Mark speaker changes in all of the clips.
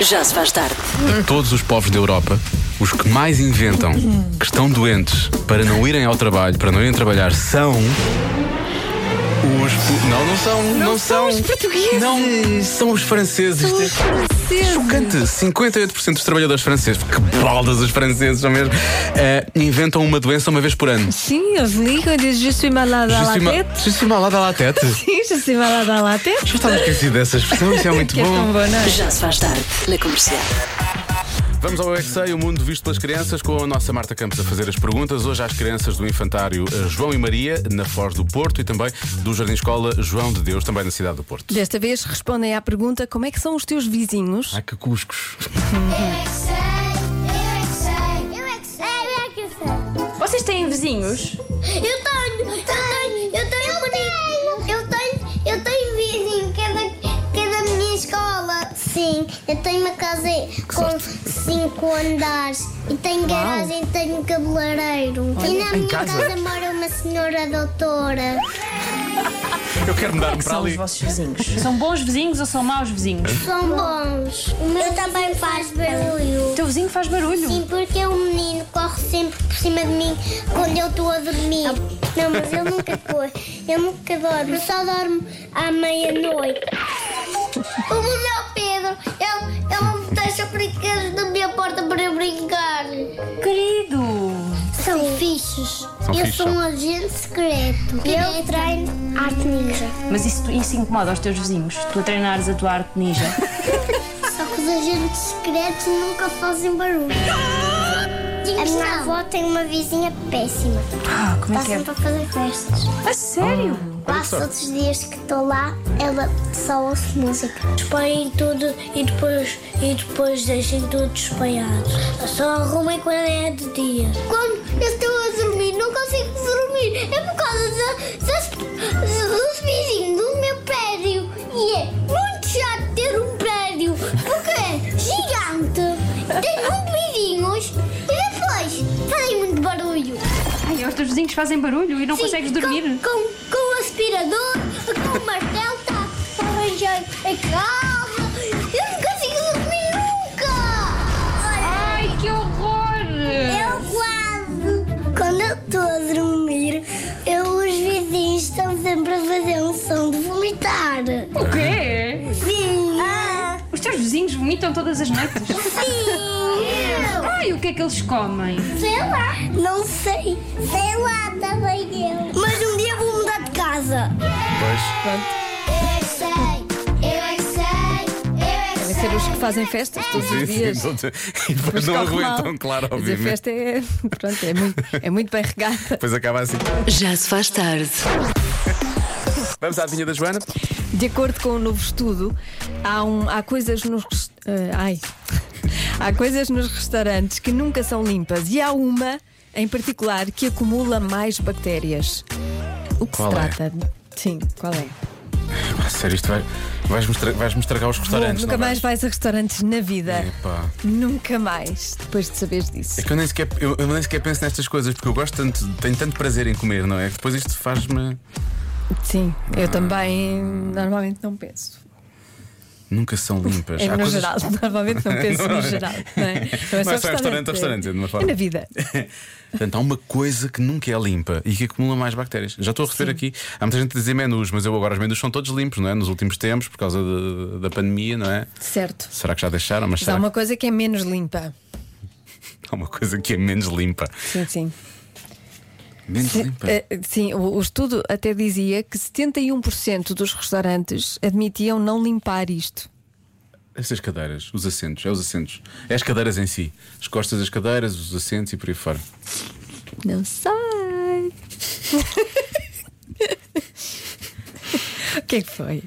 Speaker 1: Já se faz tarde.
Speaker 2: De todos os povos da Europa, os que mais inventam que estão doentes para não irem ao trabalho, para não irem trabalhar, são. Os. po- Não, não são. Não,
Speaker 3: são os portugueses.
Speaker 2: Não são os franceses. Isto é Chocante! 58% dos trabalhadores franceses, que baldas os franceses são mesmo, eh, inventam uma doença uma vez por ano.
Speaker 3: Sim, eles ligam e dizem Je suis malade à la tête.
Speaker 2: Justi malada lá tete. Já
Speaker 3: Sim, je suis malade à la tête.
Speaker 2: estava esquecido dessa expressão, isso é muito
Speaker 3: Que é tão
Speaker 2: bom.
Speaker 3: bom, não é?
Speaker 1: Já se faz tarde na comercial.
Speaker 2: Vamos ao UXA, o mundo visto pelas crianças, com a nossa Marta Campos a fazer as perguntas. Hoje às crianças do Infantário eh, João e Maria, na Foz do Porto, e também do Jardim Escola João de Deus, também na cidade do Porto.
Speaker 3: Desta vez respondem à pergunta como é que são os teus vizinhos.
Speaker 2: Ai, que cuscos.
Speaker 4: Vocês têm vizinhos?
Speaker 5: Eu tenho, eu tenho, eu tenho, eu tenho, eu tenho, eu tenho vizinho que é da, que é da minha escola. Sim, eu tenho uma casa com cinco andares e tenho garagem e tenho um cabeleireiro. e na minha
Speaker 2: casa?
Speaker 5: casa? mora uma senhora doutora.
Speaker 2: Eu quero mudar-me para ali.
Speaker 4: vossos vizinhos. São bons vizinhos ou são maus vizinhos?
Speaker 5: São bons. O meu também faz barulho.
Speaker 4: O teu vizinho faz barulho.
Speaker 5: Sim, porque o menino corre sempre por cima de mim quando eu estou a dormir. Não, mas eu nunca corro. Eu nunca dormo. Eu só dormo à meia-noite. O melhor Pedro, ele, ele deixa brinquedos na minha porta para eu brincar.
Speaker 4: Querido!
Speaker 5: São fixos.
Speaker 2: São
Speaker 5: eu
Speaker 2: fixe,
Speaker 5: sou um agente secreto. Eu treino arte ninja.
Speaker 4: Mas isso, isso incomoda os teus vizinhos? Tu a treinares a tua arte ninja?
Speaker 5: Só que os agentes secretos nunca fazem barulho. A minha avó tem uma vizinha péssima.
Speaker 4: Ah, como
Speaker 5: Está sempre a fazer festas.
Speaker 4: A sério?
Speaker 5: Quase todos os dias que estou lá, ela só ouve música. Espalhem tudo e depois, e depois deixem tudo espalhado. Só arrumem quando é de dia. Quando eu estou a dormir, não consigo dormir. É por causa da- das- dos vizinhos do meu prédio. E é muito chato ter um prédio, porque é gigante, tem muitos vizinhos e depois fazem muito barulho.
Speaker 4: Ai, os teus vizinhos fazem barulho e não
Speaker 5: Sim,
Speaker 4: consegues dormir?
Speaker 5: Com, com, com o aspirador, com o martelo, tá, tá arranjando a casa. Eu não consigo dormir nunca. Olha,
Speaker 4: Ai, que horror!
Speaker 5: eu quase. Quando eu estou a dormir, eu, os vizinhos estão sempre a fazer um som de vomitar.
Speaker 4: O quê?
Speaker 5: Sim. Ah,
Speaker 4: Os teus vizinhos vomitam todas as noites?
Speaker 5: Sim.
Speaker 4: Ai, o que é que eles comem?
Speaker 5: Sei lá. Não sei. Sei lá, também eu. Mas um dia vou mudar de casa.
Speaker 2: Pois.
Speaker 5: Eu é que sei. Eu é que sei. Eu é que
Speaker 3: Devem ser os que fazem festas todos os dias.
Speaker 2: E depois não
Speaker 3: Corre mal.
Speaker 2: aguentam, claro,
Speaker 3: Mas a
Speaker 2: obviamente.
Speaker 3: festa é, pronto, é, muito, é muito bem regada.
Speaker 2: Depois acaba assim.
Speaker 1: Já se faz tarde.
Speaker 2: Vamos à adivinha da Joana?
Speaker 3: De acordo com um novo estudo, há, um- há coisas nos. res- eh, ai. Há coisas nos restaurantes que nunca são limpas e há uma em particular que acumula mais bactérias. O que
Speaker 2: Qual
Speaker 3: se
Speaker 2: é?
Speaker 3: trata? Sim, qual é?
Speaker 2: Ah, sério, isto vai, vais, mostrar, vais mostrar cá os
Speaker 3: Bom,
Speaker 2: restaurantes.
Speaker 3: nunca
Speaker 2: não
Speaker 3: mais vais a restaurantes na vida.
Speaker 2: Epá.
Speaker 3: Nunca mais, depois de saberes disso.
Speaker 2: É que eu nem, sequer, eu, eu nem sequer penso nestas coisas porque eu gosto tanto, tenho tanto prazer em comer, não é? Que Depois isto faz-me.
Speaker 3: Sim,
Speaker 2: Ah.
Speaker 3: eu também normalmente não penso.
Speaker 2: Nunca são limpas.
Speaker 3: É
Speaker 2: Há
Speaker 3: no
Speaker 2: coisas-
Speaker 3: geral, normalmente não penso
Speaker 2: Não,
Speaker 3: no
Speaker 2: não.
Speaker 3: geral. Não é,
Speaker 2: Não é só restaurante a restaurante,
Speaker 3: é-
Speaker 2: de uma
Speaker 3: É
Speaker 2: forma.
Speaker 3: na vida.
Speaker 2: Portanto, há uma coisa que nunca é limpa e que acumula mais bactérias. Já estou a receber aqui. Há muita gente a dizer menus, mas eu agora os menus são todos limpos, não é? Nos últimos tempos, por causa de- da pandemia, não é?
Speaker 3: Certo.
Speaker 2: Será que já deixaram? Mas
Speaker 3: Mas há
Speaker 2: será
Speaker 3: uma coisa que é menos limpa.
Speaker 2: que há uma coisa que é menos limpa? é.
Speaker 3: Sim, sim.
Speaker 2: Menos limpa.
Speaker 3: Eh, sim, o, o estudo até dizia que 71% dos restaurantes admitiam não limpar isto.
Speaker 2: Essas cadeiras, os assentos, é os assentos. É as cadeiras em si. As costas das cadeiras, os assentos e por aí fora.
Speaker 3: Não sei. o que é que foi?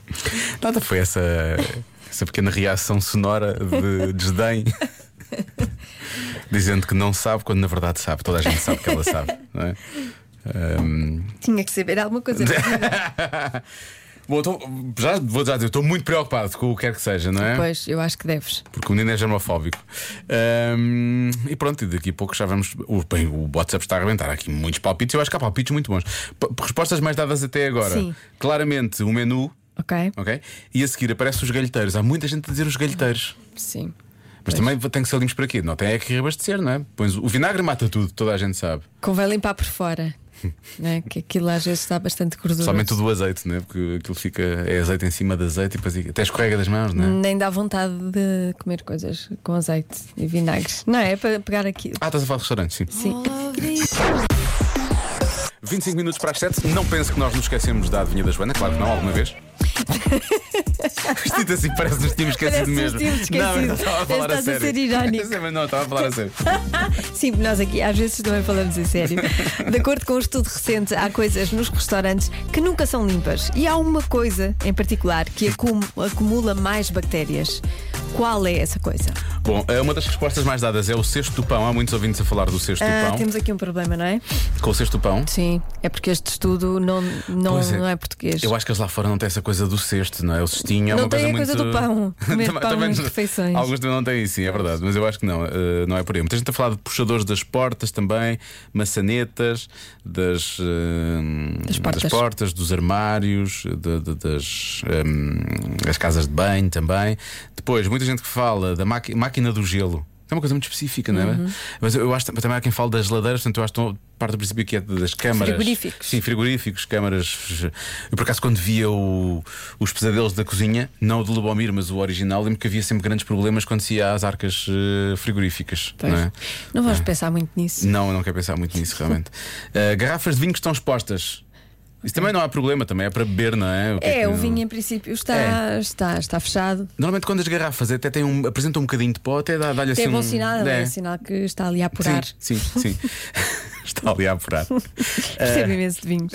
Speaker 2: Nada foi essa, essa pequena reação sonora de desdém, dizendo que não sabe quando na verdade sabe. Toda a gente sabe que ela sabe, não é? Ahm.
Speaker 3: Tinha que saber alguma coisa.
Speaker 2: Bom, então, já, vou já dizer, eu estou muito preocupado com o que quer que seja, não é?
Speaker 3: Pois, eu acho que deves.
Speaker 2: Porque o menino é germofóbico. Ahm, e pronto, e daqui a pouco já vamos. O, bem, o WhatsApp está a arrebentar Há aqui muitos palpites. Eu acho que há palpites muito bons. P- respostas mais dadas até agora.
Speaker 3: Sim.
Speaker 2: Claramente, o menu
Speaker 3: ok?
Speaker 2: ok? E a seguir aparece os galheteiros. Há muita gente a dizer os galheteiros.
Speaker 3: Sim.
Speaker 2: Mas também tem que ser limpos para quê? Não tem é que reabastecer, não é? Pois o vinagre mata tudo, toda a gente sabe.
Speaker 3: Convém limpar por fora. né? Que aquilo às vezes está bastante gorduroso.
Speaker 2: Somente o do azeite, não é? Porque aquilo fica. É azeite em cima de azeite e depois até escorrega das mãos, não é?
Speaker 3: Nem dá vontade de comer coisas com azeite e vinagre. Não, é para pegar aquilo.
Speaker 2: Ah, estás a falar de restaurante, sim.
Speaker 3: Sim.
Speaker 2: 25 minutos para as 7. Não penso que nós nos esquecemos da adivinha da Joana, claro que não, alguma vez. Isto assim parece que nos tínhamos esquecido
Speaker 3: Parece que nos
Speaker 2: mesmo.
Speaker 3: tínhamos
Speaker 2: Não, eu
Speaker 3: esquecido.
Speaker 2: não estava a falar a
Speaker 3: Estás a
Speaker 2: sério.
Speaker 3: ser irónico.
Speaker 2: Mas não, eu estava a falar a sério.
Speaker 3: Sim, nós aqui às vezes também falamos a sério. De acordo com um estudo recente, há coisas nos restaurantes que nunca são limpas. E há uma coisa em particular que acum- acumula mais bactérias. Qual é essa coisa?
Speaker 2: Bom, eh, uma das respostas mais dadas é o cesto do pão. Há muitos ouvintes a falar do cesto do
Speaker 3: Ah,
Speaker 2: pão.
Speaker 3: temos aqui um problema, não é?
Speaker 2: Com o cesto do pão.
Speaker 3: Sim, é porque este estudo não, não,
Speaker 2: Pois é.
Speaker 3: não é português.
Speaker 2: Eu acho que eles lá fora não têm essa coisa do cesto, não é? O cestinho é
Speaker 3: Não
Speaker 2: uma
Speaker 3: tem
Speaker 2: coisa
Speaker 3: a
Speaker 2: muito.
Speaker 3: coisa do pão, comer
Speaker 2: Também-
Speaker 3: pão
Speaker 2: também-
Speaker 3: nas refeições.
Speaker 2: Alguns também não têm isso, sim, é verdade. Mas eu acho que não, eh, não é por aí. Muita gente a falar de puxadores das portas também, maçanetas, das, eh,
Speaker 3: Das portas.
Speaker 2: portas, dos armários, de- de- das, eh, das casas de banho também. Depois, muita gente que fala da maqui- máquina do gelo. É uma coisa muito específica, não é?
Speaker 3: Uhum.
Speaker 2: Mas eu acho que também há quem fale das geladeiras, portanto, eu acho que estão- parte do princípio que é das câmaras.
Speaker 3: Frigoríficos.
Speaker 2: Sim, frigoríficos, câmaras. Eu por acaso quando via o- os pesadelos da cozinha, não o de Lubomir, mas o original, lembro que havia sempre grandes problemas quando se ia às arcas eh, frigoríficas.
Speaker 3: Pois.
Speaker 2: Não, é?
Speaker 3: Não vamos pensar muito nisso.
Speaker 2: não, eu não quero pensar muito nisso realmente. Eh, garrafas de vinho que estão expostas. Isso também não há problema, também é para beber, não é? que
Speaker 3: É,
Speaker 2: que-
Speaker 3: o vinho é- em princípio está,
Speaker 2: É.
Speaker 3: está, está fechado.
Speaker 2: Normalmente quando as garrafas até têm um, apresentam um bocadinho de pó, até dá- dá-lhe assim
Speaker 3: é bom
Speaker 2: um
Speaker 3: sinal, é.
Speaker 2: É.
Speaker 3: sinal que está ali a apurar.
Speaker 2: Sim, sim, sim. Está ali a apurar. É.
Speaker 3: Percebo imenso de vinhos.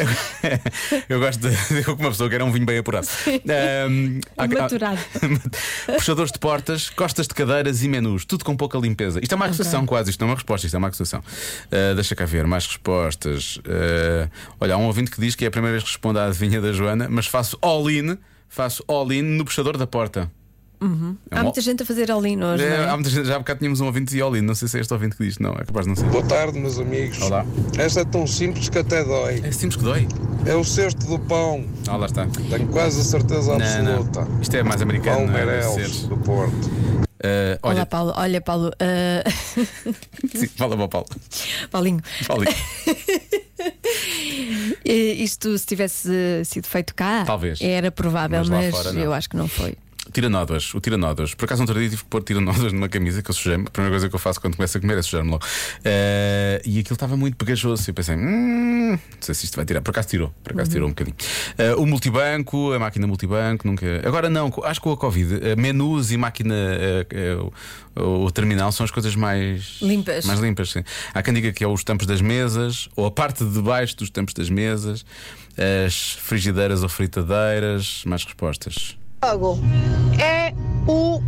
Speaker 2: eu gosto de de uma pessoa que era um vinho bem apurado. Ahm, há- É há-
Speaker 3: Maturado.
Speaker 2: Puxadores de portas, costas de cadeiras e menus, tudo com pouca limpeza. Isto é uma acusação, quase, isto não é uma resposta, isto é uma acusação. Ah, deixa cá ver, mais respostas. Ah, olha, há um ouvinte que diz que é a primeira vez que responde à adivinha da Joana, mas faço all-in, faço all-in no puxador da porta. É um
Speaker 3: Uhum. Há
Speaker 2: all-
Speaker 3: muita gente a fazer ali hoje.
Speaker 2: É,
Speaker 3: não é?
Speaker 2: há muita gente- já há bocado tínhamos um ouvinte de all-in, não sei se é este ouvinte que diz, não, é capaz de não ser.
Speaker 6: Boa tarde, meus amigos.
Speaker 2: Olá.
Speaker 6: Esta é tão simples que até dói.
Speaker 2: É simples que dói.
Speaker 6: É o cesto do pão.
Speaker 2: Ah, lá está.
Speaker 6: Tenho quase a certeza
Speaker 2: Não,
Speaker 6: absoluta.
Speaker 2: não. Isto é mais
Speaker 6: Pão
Speaker 2: americano, não é? Deve
Speaker 6: Berelos,
Speaker 2: ser.
Speaker 6: do Porto.
Speaker 2: Ah, olha,
Speaker 3: Olá, Paulo. Olha, Paulo. ah,
Speaker 2: sim, fala, bom, Paulo.
Speaker 3: Paulinho,
Speaker 2: Fala aí.
Speaker 3: eh, isto se tivesse eh, sido feito cá,
Speaker 2: Talvez.
Speaker 3: era provável,
Speaker 2: Mas
Speaker 3: mas,
Speaker 2: lá fora, não.
Speaker 3: eu acho que não foi.
Speaker 2: Tiranódoas, o tiranódoas. Por acaso, um outro dia tive que pôr tiranódoas numa camisa que eu sujei-me. A primeira coisa que eu faço quando começo a comer é sujar-me logo. Eh, e aquilo estava muito pegajoso. E eu pensei, hum, não sei se isto vai tirar. Por acaso tirou, por acaso tirou um bocadinho. Eh, o multibanco, a máquina multibanco, nunca. Agora não, co- acho que com a Covid, eh, menus e máquina, eh, eh, o, o terminal são as coisas mais.
Speaker 3: Limpas.
Speaker 2: Mais limpas, sim. Há quem diga que é os tampos das mesas, ou a parte de baixo dos tampos das mesas, as frigideiras ou fritadeiras. Mais respostas.
Speaker 7: Logo, é o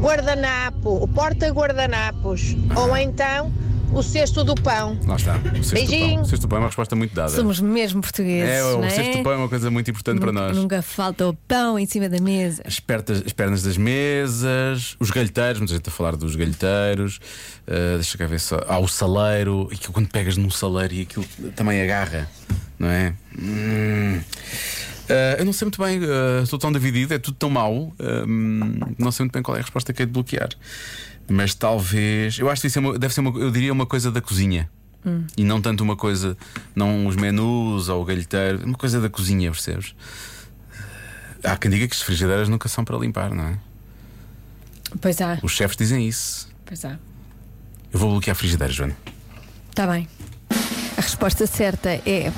Speaker 7: guardanapo, o porta-guardanapos, ou então o cesto do pão.
Speaker 2: Lá está. O sexto
Speaker 7: Beijinho.
Speaker 2: pão. O sexto pão é uma resposta muito dada.
Speaker 3: Somos mesmo portugueses.
Speaker 2: é, o
Speaker 3: não
Speaker 2: sexto pão é uma coisa muito importante para
Speaker 3: Nunca-
Speaker 2: nós.
Speaker 3: Nunca falta o pão em cima da mesa.
Speaker 2: As, pertas- as pernas das mesas, os galheteiros, muita gente a falar dos galheteiros, ah, deixa cá ver só. Há o saleiro, e que quando pegas num saleiro e aquilo também agarra, não é? Hum. Ah, eu não sei muito bem, ah, estou tão dividido, é tudo tão mau, ah, hum, não sei muito bem qual é a resposta que é de bloquear. Mas talvez. Eu acho que isso é uma- deve ser uma, eu diria uma coisa da cozinha. E não tanto uma coisa, não os menus ou o galheteiro, uma coisa da cozinha, percebes? Há quem diga que as frigideiras nunca são para limpar, não é?
Speaker 3: Pois há,
Speaker 2: Os chefes dizem isso.
Speaker 3: pois há.
Speaker 2: Eu vou bloquear a frigideira, Joana.
Speaker 3: Está bem. A resposta certa é.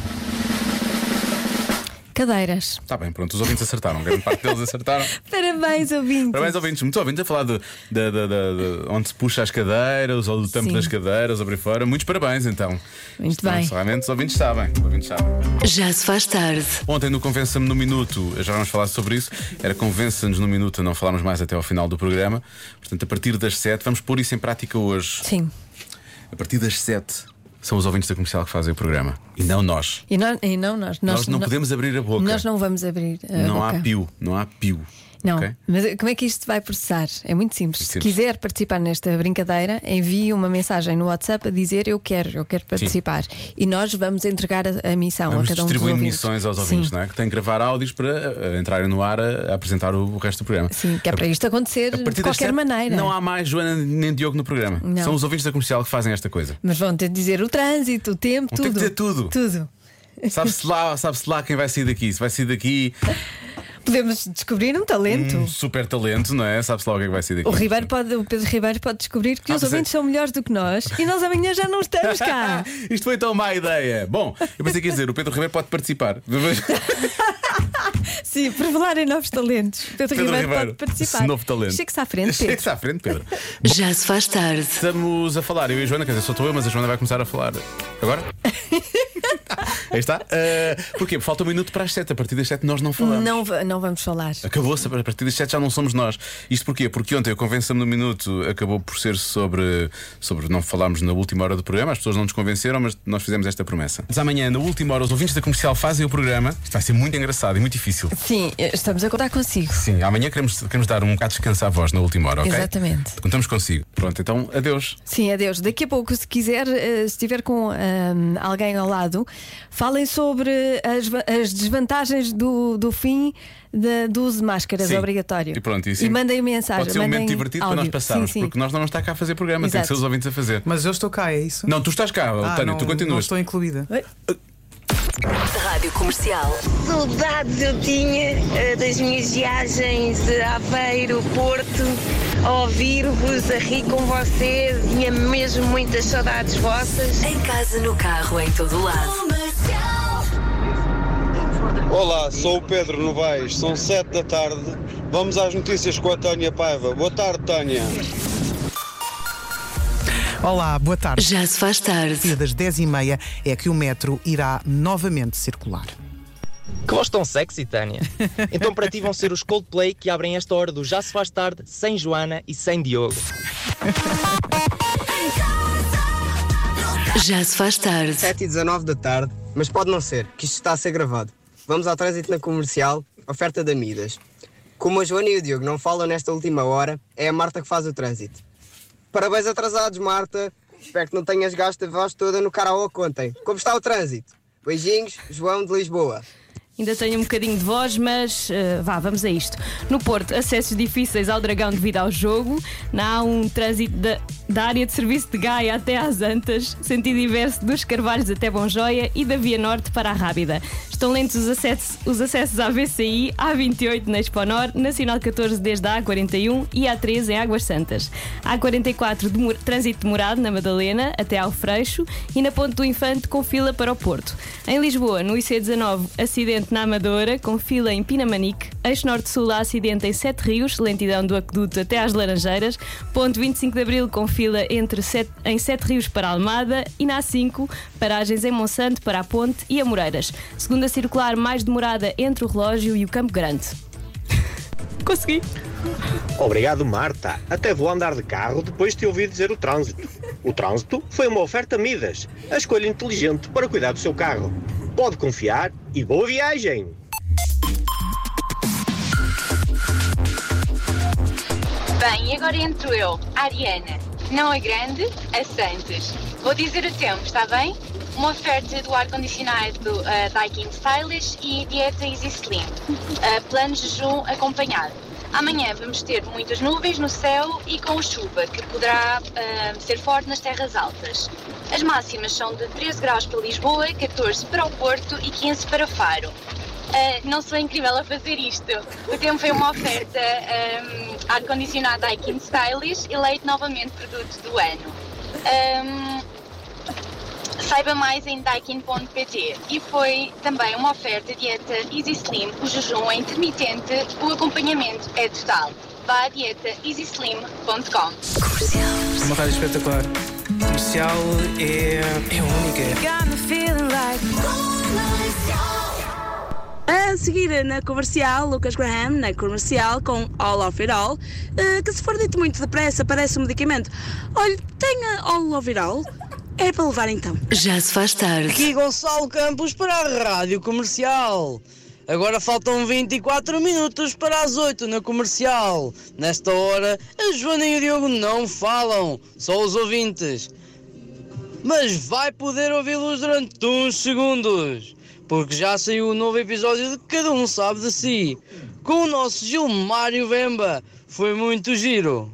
Speaker 3: Cadeiras.
Speaker 2: Está Tá bem, pronto, os ouvintes acertaram. Grande parte deles acertaram.
Speaker 3: Parabéns, ouvintes.
Speaker 2: Parabéns, ouvintes. Muitos ouvintes a falar de, de- de- de- de onde se puxa as cadeiras ou do tampo
Speaker 3: Sim.
Speaker 2: das cadeiras ou por aí fora. Muitos parabéns, então.
Speaker 3: Muito
Speaker 2: Então,
Speaker 3: bem.
Speaker 2: Realmente, os ouvintes sabem. Os ouvintes sabem.
Speaker 1: Já se faz tarde.
Speaker 2: Ontem no Convença-me no Minuto, já vamos falar sobre isso, era Convença-nos no Minuto a não falarmos mais até ao final do programa. Portanto, a partir das 7, vamos pôr isso em prática hoje.
Speaker 3: Sim.
Speaker 2: A partir das 7, são os ouvintes da comercial que fazem o programa e não nós.
Speaker 3: E, nós- e não nós.
Speaker 2: Nós, não podemos abrir a boca.
Speaker 3: Nós não vamos abrir. A
Speaker 2: Não
Speaker 3: boca.
Speaker 2: há pio, não há pio.
Speaker 3: Não.
Speaker 2: Ok.
Speaker 3: Mas como é que isto vai processar? É muito simples. Se
Speaker 2: simples.
Speaker 3: quiser participar nesta brincadeira, envie uma mensagem no WhatsApp a dizer eu quero, eu quero participar. E nós vamos entregar a, a missão
Speaker 2: Vamos
Speaker 3: a cada um dos
Speaker 2: distribuindo
Speaker 3: ouvintes.
Speaker 2: missões aos
Speaker 3: Sim.
Speaker 2: ouvintes, não é? Que têm que gravar áudios para eh, entrarem no ar a, a apresentar o, o resto do programa.
Speaker 3: Sim, que é para isto acontecer
Speaker 2: A
Speaker 3: de
Speaker 2: partir
Speaker 3: qualquer
Speaker 2: das sete,
Speaker 3: maneira.
Speaker 2: Não há mais Joana nem Diogo no programa.
Speaker 3: Não.
Speaker 2: São os ouvintes da comercial que fazem esta coisa.
Speaker 3: Mas vão ter de dizer o trânsito, o tempo,
Speaker 2: Vão ter que dizer tudo.
Speaker 3: tudo. Tudo.
Speaker 2: Sabe-se lá, sabe-se lá quem vai sair daqui. Se vai sair daqui
Speaker 3: Podemos descobrir um talento.
Speaker 2: um super talento, não é? Sabe-se lá o que é que vai sair daqui.
Speaker 3: O, Ribeiro pode, o Pedro Ribeiro pode descobrir que
Speaker 2: Ah,
Speaker 3: os
Speaker 2: pois é.
Speaker 3: ouvintes são melhores do que nós e nós amanhã já não estamos cá.
Speaker 2: Isto foi tão má ideia. Bom, eu pensei que ia dizer, o Pedro Ribeiro pode participar.
Speaker 3: Sim, por revelarem novos talentos. Pedro,
Speaker 2: Pedro
Speaker 3: Ribeiro,
Speaker 2: Ribeiro,
Speaker 3: pode participar.
Speaker 2: esse novo talento.
Speaker 3: Chegue-se à frente, Pedro.
Speaker 2: Chega-se à frente, Pedro.
Speaker 1: Já se faz tarde.
Speaker 2: Estamos a falar, eu e a Joana, quer dizer, só estou eu, mas a Joana vai começar a falar. Agora? Aí está. Ah, porquê? Porque Falta um minuto para as sete. A partir das sete nós não falamos.
Speaker 3: Não, va- não vamos falar.
Speaker 2: Acabou-se, a partir das 7 já não somos nós. Isto porquê? Porque ontem o Convença-me no Minuto acabou por ser sobre, sobre não falarmos na última hora do programa, as pessoas não nos convenceram, mas nós fizemos esta promessa. Mas amanhã, na última hora, os ouvintes da comercial fazem o programa. Isto vai ser muito engraçado e muito difícil.
Speaker 3: Sim, eh, estamos a contar consigo.
Speaker 2: Sim, amanhã queremos, queremos dar um bocado de descanso à voz na última hora, ok?
Speaker 3: Exatamente.
Speaker 2: Contamos consigo. Pronto, então adeus.
Speaker 3: Sim, adeus. Daqui a pouco, se quiser, eh, se estiver com ahm, alguém ao lado, falem sobre as, va- as desvantagens do, do fim de, do uso de máscaras
Speaker 2: Sim.
Speaker 3: É obrigatório.
Speaker 2: E pronto, isso.
Speaker 3: E mandem mensagem.
Speaker 2: Pode ser um
Speaker 3: mandem
Speaker 2: momento divertido para nós
Speaker 3: áudio.
Speaker 2: passarmos,
Speaker 3: Sim, sim.
Speaker 2: porque nós não vamos estar cá a fazer programa, tem que
Speaker 3: Exato.
Speaker 2: ser os ouvintes a fazer.
Speaker 8: Mas eu estou cá, é isso?
Speaker 2: Não, tu estás cá,
Speaker 8: Ah,
Speaker 2: Tânia,
Speaker 8: não,
Speaker 2: tu
Speaker 8: não
Speaker 2: continuas.
Speaker 8: estou incluída.
Speaker 1: Rádio Comercial.
Speaker 9: Saudades eu tinha eh, das minhas viagens a Aveiro, Porto, a ouvir-vos, a rir com vocês. Tinha mesmo muitas saudades vossas.
Speaker 1: Em casa, no carro, em todo lado.
Speaker 6: Olá, sou o Pedro Novaes, são sete da tarde. Vamos às notícias com a Tânia Paiva. Boa tarde, Tânia.
Speaker 8: Olá, boa tarde.
Speaker 1: Já se faz
Speaker 8: A partir
Speaker 1: tarde.
Speaker 8: das 10h30 é que o metro irá novamente circular.
Speaker 10: Que voz tão sexy, Tânia. Então para ti vão ser os Coldplay que abrem esta hora do Já se faz tarde sem Joana e sem Diogo.
Speaker 1: Já se faz tarde.
Speaker 11: 7 e 19 da tarde, mas pode não ser, que isto está a ser gravado. Vamos ao trânsito na comercial, oferta de Amidas. Como a Joana e o Diogo não falam nesta última hora, é a Marta que faz o trânsito. Parabéns atrasados, Marta. Espero que não tenhas gasto a voz toda no karaoke ontem. Como está o trânsito? Beijinhos, João de Lisboa.
Speaker 4: Ainda tenho um bocadinho de voz, mas eh, vá, vamos a isto. No Porto, acessos difíceis ao Dragão devido ao jogo. Na A1, trânsito da, da área de serviço de Gaia até às Antas, sentido inverso dos Carvalhos até Bonjoia e da Via Norte para a Rábida. Estão lentos os acessos, os acessos à VCI, A28 na Expo Norte, Nacional 14 desde a A41 e A13 em Águas Santas. A44, demor- trânsito demorado na Madalena até ao Freixo e na Ponte do Infante com fila para o Porto. Em Lisboa, no IC19, acidente na Amadora com fila em Pinamanique. Eixo Norte-Sul, há acidente em Sete Rios, lentidão do aqueduto até às Laranjeiras. Ponto 25 de Abril com fila entre Sete- em Sete Rios para Almada e na A5, paragens em Monsanto para a Ponte e a Moreiras. Segunda circular mais demorada entre o relógio e o Campo Grande. Consegui!
Speaker 10: Obrigado, Marta. Até vou andar de carro depois de te ouvir dizer o trânsito. O trânsito foi uma oferta Midas, a escolha inteligente para cuidar do seu carro. Pode confiar e boa viagem!
Speaker 9: Bem, e agora entro eu, a Ariana. Não a grande, a Santos. Vou dizer o tempo, está bem? Uma oferta do ar-condicionado eh, Daikin Stylish e dieta Easy Slim. Eh, plano de jejum acompanhado. Amanhã vamos ter muitas nuvens no céu e com chuva, que poderá eh, ser forte nas terras altas. As máximas são de 13 graus para Lisboa, 14 para o Porto e 15 para Faro. Ah, não sou incrível a fazer isto. O tempo foi uma oferta ahm, ar-condicionado Daikin Stylish, eleito novamente produto do ano. Ahm, saiba mais em daikin.pt e foi também uma oferta dieta Easy Slim. O jejum é intermitente, o acompanhamento é total. Vá a dieta easyslim.com.
Speaker 11: Uma rádio espetacular. Comercial é, é única.
Speaker 9: A seguir na comercial, Lucas Graham, na comercial com All of It All, eh, que se for dito muito depressa parece um medicamento. Olha, tenha All of It All, é para levar então.
Speaker 1: Já se faz tarde.
Speaker 11: Aqui Gonçalo Campos para a Rádio Comercial.
Speaker 9: Agora faltam 24 minutos para as 8 na comercial. Nesta hora, a Joana e o Diogo não falam, só os ouvintes. Mas vai poder ouvi-los durante uns segundos, porque já saiu um novo episódio de Cada Um Sabe de Si, com o nosso Gilmário Vemba. Foi muito giro.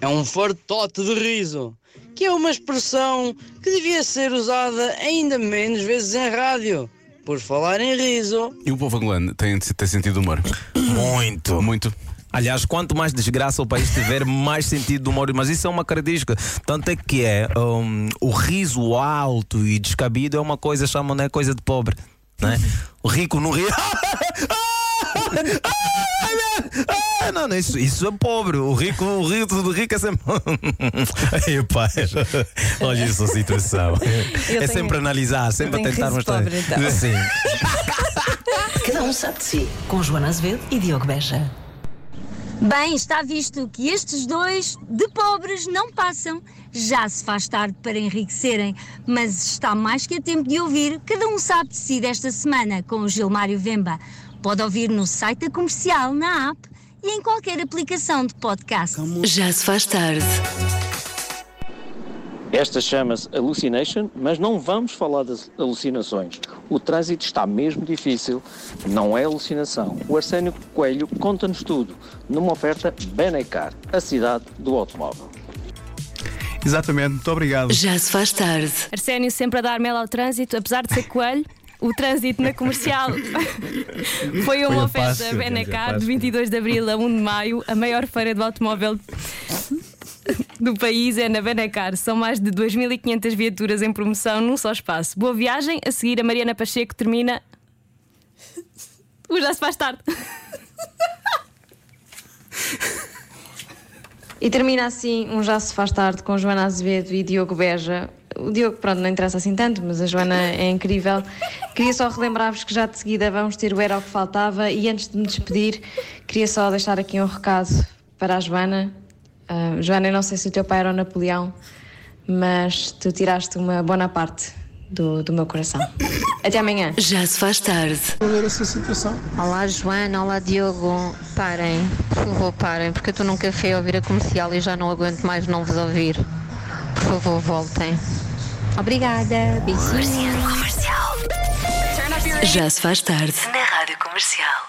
Speaker 9: É um fartote de riso, que é uma expressão que devia ser usada ainda menos vezes em rádio. Por falar em riso,
Speaker 2: E o povo angolano tem, tem sentido de humor?
Speaker 12: Muito.
Speaker 2: Muito.
Speaker 12: Aliás, quanto mais desgraça o país tiver, mais sentido de humor. Mas isso é uma característica. Tanto é que é hum, o riso alto e descabido é uma coisa, chamam, não é coisa de pobre. Né?
Speaker 1: Uhum.
Speaker 12: O rico não ri. Ah, não, não, isso, isso é pobre. O rico, o rico, o rico é sempre. Aí, pai, olha essa situação.
Speaker 1: Eu
Speaker 12: é
Speaker 1: tenho-
Speaker 12: sempre analisar, sempre
Speaker 1: eu tenho
Speaker 12: tentar
Speaker 1: riso
Speaker 12: mostrar.
Speaker 1: pobre, então.
Speaker 12: Sim.
Speaker 1: Cada um sabe de si. Com Joana Azevedo e Diogo Beja.
Speaker 5: Bem, está visto que estes dois de pobres não passam. Já se faz tarde para enriquecerem, mas está mais que a tempo de ouvir Cada Um Sabe de Si desta semana com o Gilmário Vemba. Pode ouvir no site da comercial, na app e em qualquer aplicação de podcast.
Speaker 1: Já se faz tarde.
Speaker 13: Esta chama-se Hallucination, mas não vamos falar das alucinações. O trânsito está mesmo difícil, não é alucinação. O Arsénio Coelho conta-nos tudo, numa oferta Benecar, a cidade do automóvel.
Speaker 14: Exatamente, muito obrigado.
Speaker 1: Já se faz tarde.
Speaker 3: Arsénio sempre a dar mel ao trânsito, apesar de ser coelho. O trânsito na comercial foi
Speaker 15: Foi
Speaker 3: uma
Speaker 15: a
Speaker 3: oferta
Speaker 15: Páscoa, temos a
Speaker 3: Benacar
Speaker 15: Páscoa.
Speaker 3: de 22 de abril a 1 de maio. A maior feira de automóvel do país é na Benacar. São mais de 2.500 viaturas em promoção num só espaço. Boa viagem. A seguir, a Mariana Pacheco termina. O já se faz tarde.
Speaker 6: E termina assim um Já se faz tarde com Joana Azevedo e Diogo Beja. O Diogo, pronto, não interessa assim tanto, mas a Joana é incrível. Queria só relembrar-vos que já de seguida vamos ter o Era o que Faltava e antes de me despedir, queria só deixar aqui um recado para a Joana. Ah, Joana, eu não sei se o teu pai era o Napoleão, mas tu tiraste uma boa parte do, do meu coração. Até amanhã.
Speaker 1: Já se faz tarde.
Speaker 16: Olá Joana, olá Diogo. Parem, por favor, parem, porque eu estou num café a ouvir a comercial e já não aguento mais não vos ouvir. Por favor, voltem. Obrigada, beijinhos.
Speaker 1: Já se faz tarde.
Speaker 16: Na Rádio Comercial.